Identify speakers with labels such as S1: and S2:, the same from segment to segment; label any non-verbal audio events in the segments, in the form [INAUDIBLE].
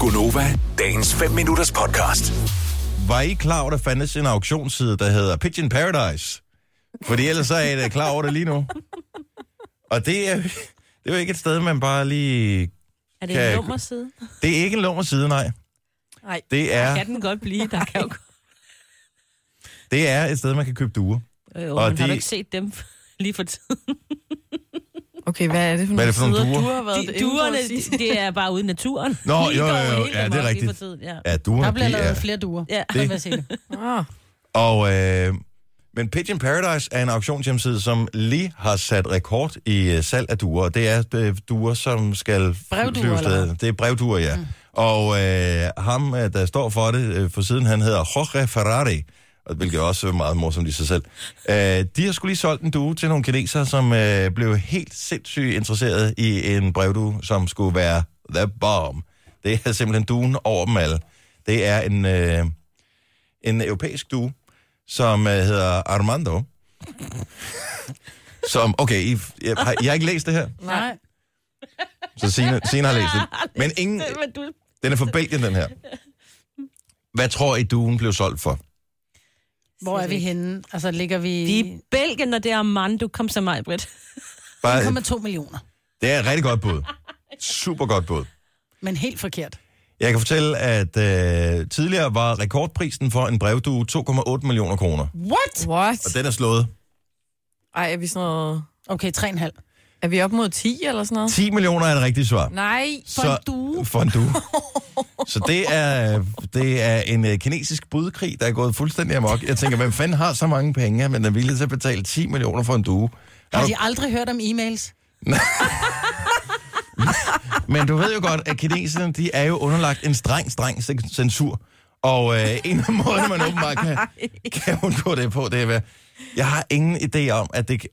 S1: Gunova, dagens 5 minutters podcast.
S2: Var I klar over, at der fandtes en auktionsside, der hedder Pigeon Paradise? Fordi ellers så er I da klar over det lige nu. Og det er, [LAUGHS] det er jo ikke et sted, man bare lige...
S3: Er
S2: Kan
S3: det
S2: jeg-
S3: en nummerside?
S2: Det er ikke en lummerside, nej.
S3: Nej,
S2: Det er,
S3: kan den godt blive. [LAUGHS] Der kan jo...
S2: det er et sted, man kan købe duer.
S3: Jo,
S2: Og
S3: men de...
S2: de-
S3: har du ikke set dem [LAUGHS] lige for tiden?
S4: Okay, hvad er det for
S2: Hvad er
S4: nogle
S2: det for nogle duer?
S4: sider, du har været
S3: De,
S4: inde på
S3: duerne,
S4: at sige?
S3: de- det er bare ude i naturen.
S2: Nå,
S3: De
S2: jo,
S3: går
S2: jo, jo.
S3: helt
S2: Ja, det er
S3: amok lige
S2: rigtigt.
S3: for tiden, Ja.
S2: Ja,
S5: Der
S2: duerne,
S5: bliver
S2: de
S5: lavet
S2: er...
S5: flere duer.
S3: Ja.
S2: Det-
S5: Det.
S2: [LAUGHS]
S5: Jeg sige det.
S4: Ah,
S2: Og, øh, men Pigeon Paradise er en auktionshjemmeside, som lige har sat rekord i øh, salg af duer. Og Det er øh, duer, som skal...
S5: Brevduer,
S2: flyves
S5: eller
S2: afsted. Det er brevduer, ja. Mm. Og øh, ham, øh, der står for det øh, for siden, han hedder Jorge Ferrari. og Hvilket også er meget morsomt i sig selv. Øh, de har skulle lige solgt en due til nogle kinesere, som øh, blev helt sindssygt interesseret i en brevdue, som skulle være the bomb. Det er simpelthen duen over dem alle. Det er en... Øh, en europæisk due, som øh, hedder Armando. som, okay, I, jeg, har, I har ikke læst det her,
S5: Nej.
S2: så Signe, Signe har læst [LAUGHS]
S3: Ah,
S2: det. Men ingen,
S3: Men du...
S2: den er fra Belgien, den her. Hvad tror I, duen blev solgt for?
S5: Hvor er vi henne? Altså, ligger vi...
S3: De er i Belgien, når det er Armando. Kom så mig, Britt.
S2: Bare,
S5: 1,2 millioner.
S2: det er et rigtig godt bud. Super godt bud.
S5: Men helt forkert.
S2: Jeg kan fortælle, at øh, tidligere var rekordprisen for en brevdue 2,8 millioner kroner.
S5: What?
S4: what?
S2: Og den er slået.
S4: Ej, er vi sådan noget...
S5: Okay, 3,5.
S4: Er vi op mod 10 eller sådan noget?
S2: 10 millioner er det rigtige svar.
S4: Nej.
S5: For en due?
S2: For en
S5: [LAUGHS]
S2: due. Så det er, det er en øh, kinesisk budkrig, der er gået fuldstændig amok. Jeg tænker, hvem fanden har så mange penge, at man er villig til at betale 10 millioner for en due? Er
S5: Har
S2: du,
S5: de aldrig hørt om e-mails?
S2: men du ved jo godt, at kineserne de er jo underlagt en streng, streng cen- censur. Og øh, en af måderne, man åbenbart kan, kan undgå det på, det er ved... Jeg har ingen idé om, at det...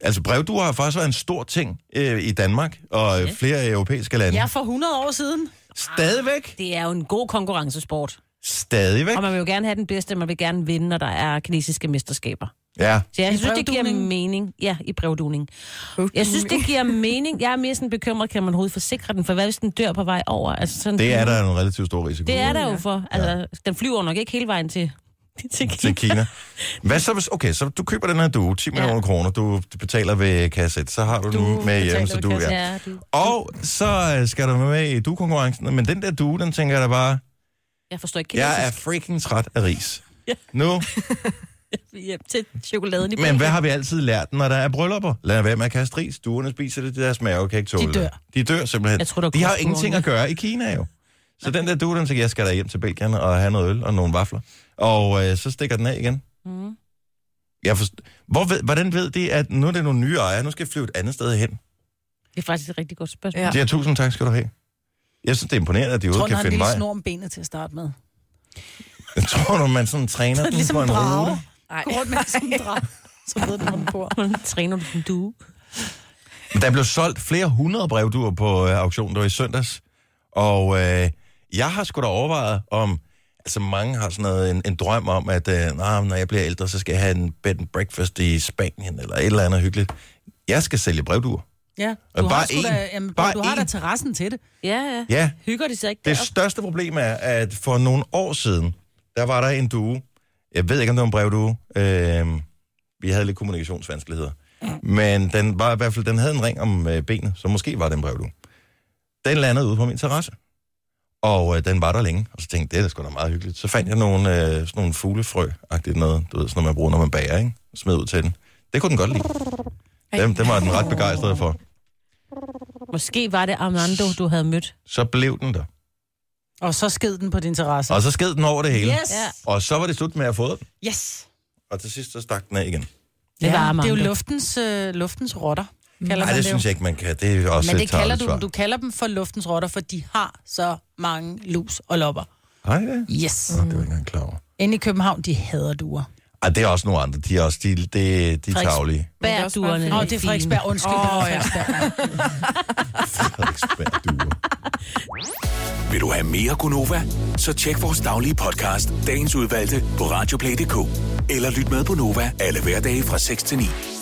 S2: Altså, brevduer har faktisk været en stor ting øh, i Danmark og øh, flere europæiske lande.
S5: Ja, for 100 år siden.
S2: Stadigvæk.
S3: Det er jo en god konkurrencesport.
S2: Stadigvæk.
S3: Og man vil jo gerne have den bedste, man vil gerne vinde, når der er kinesiske mesterskaber.
S2: Ja.
S3: Så jeg
S5: I
S3: synes, det giver
S5: brevduningen?
S3: mening. Ja, i brevduning. Jeg synes, det giver mening. Jeg er mere sådan bekymret, kan man overhovedet forsikre den, for hvad hvis den dør på vej over? Altså sådan,
S2: Det er der en relativt stor risiko.
S3: Det er der jo for. Altså, den flyver nok ikke hele vejen til, til
S2: til
S3: Kina.
S2: Kina. Hvad så hvis, okay, så du køber den her due, 10 millioner ja. kroner, du betaler ved kasset, så har du, den med hjemme, så du ja.
S3: Ja, du,
S2: Og så øh, skal du med i du-konkurrencen, men den der due, den tænker jeg da bare,
S3: jeg forstår ikke
S2: jeg er
S3: kinesisk.
S2: freaking træt af ris. Nu,
S3: Ja, til chokoladen i
S2: men hvad har vi altid lært, når der er bryllupper? Lad være med at kaste ris. Duerne spiser det, deres mave kan ikke tåle
S5: De
S2: det.
S5: dør.
S2: De dør simpelthen.
S3: Jeg tror, der er
S2: De har jo
S3: korsduerne.
S2: ingenting at gøre i Kina jo. Så den der due, den tænker, jeg skal da hjem til Belgien og have noget øl og nogle vafler. Og øh, så stikker den af igen.
S3: Mm.
S2: Jeg forst- Hvor ved, hvordan ved de, at nu er det nogle nye ejere, nu skal jeg flyve et andet sted hen?
S3: Det er faktisk et rigtig godt spørgsmål.
S4: Ja.
S2: Ja. Det er tusind tak skal du have. Jeg synes, det er imponerende, at de
S5: Jeg tror,
S2: overhovedet kan
S5: den har en
S2: finde
S5: lille
S2: vej.
S5: snor om benet til at starte med.
S2: [LAUGHS] Tror du, man sådan træner den
S5: Ligesom
S2: på en
S5: drage.
S2: rute?
S4: Nej.
S5: Går rundt med sådan en drage. Så ved den, hvor den bor.
S3: Hvordan træner du den due?
S2: Men Der blev solgt flere hundrede brevduer på øh, auktionen, der i søndags. Og øh, jeg har sgu da overvejet om... Altså mange har sådan noget, en, en drøm om, at øh, nah, når jeg bliver ældre, så skal jeg have en bed and breakfast i Spanien, eller et eller andet hyggeligt. Jeg skal sælge brevduer.
S5: Ja,
S2: Og
S5: du
S2: bare
S5: har, sgu da,
S2: én.
S5: jamen,
S2: Bare
S5: du har da
S2: én.
S5: terrassen til det.
S3: Ja, ja.
S2: Ja,
S3: Hygger de sig ikke
S2: Det
S3: deroppe?
S2: største problem er, at for nogle år siden, der var der en due. Jeg ved ikke, om det var en brevdue. Øh, vi havde lidt kommunikationsvanskeligheder. Men den var i hvert fald, den havde en ring om øh, benet, så måske var den en brevdue. Den landede ude på min terrasse. Og øh, den var der længe, og så tænkte jeg, det er da sgu da meget hyggeligt. Så fandt jeg nogle, øh, sådan nogle fuglefrø-agtigt noget, du ved, sådan noget, man bruger, når man bager, ikke? Og Smed ud til den. Det kunne den godt lide. Den, den var den ret begejstret for.
S3: Måske var det Armando, du havde mødt.
S2: Så blev den der.
S5: Og så sked den på din terrasse.
S2: Og så sked den over det hele.
S5: Yes!
S3: Ja.
S2: Og så var det slut med at få den.
S5: Yes!
S2: Og til sidst, så stak den af igen.
S3: Det var
S5: det er
S3: Armando.
S5: jo luftens, øh, luftens rotter. Kalder
S2: Nej,
S5: man
S2: Mm. det synes jeg ikke, man kan. Det er også
S5: Men
S2: et
S5: det kalder
S2: tarveligt
S5: du
S2: svar.
S5: dem. Du kalder dem for luftens rotter, for de har så mange lus og lopper. Mm.
S2: Har de det?
S5: Yes.
S2: Nå, det var jeg ikke engang klar over.
S5: Inde i København, de hader duer.
S2: Ej, det er også nogle andre. De er også de, de, de er
S3: Frederiks-
S5: [LAUGHS]
S2: taglige.
S4: Men det er også bare
S3: Bærduerne.
S4: fordi-
S5: Åh, oh, det er Frederiksberg. Undskyld, oh, det er Frederiksberg.
S2: Frederiksberg duer.
S1: Vil du have mere Gunova? Så tjek vores daglige podcast, dagens udvalgte, på radioplay.dk. Eller lyt med på Nova alle hverdage fra 6 til 9.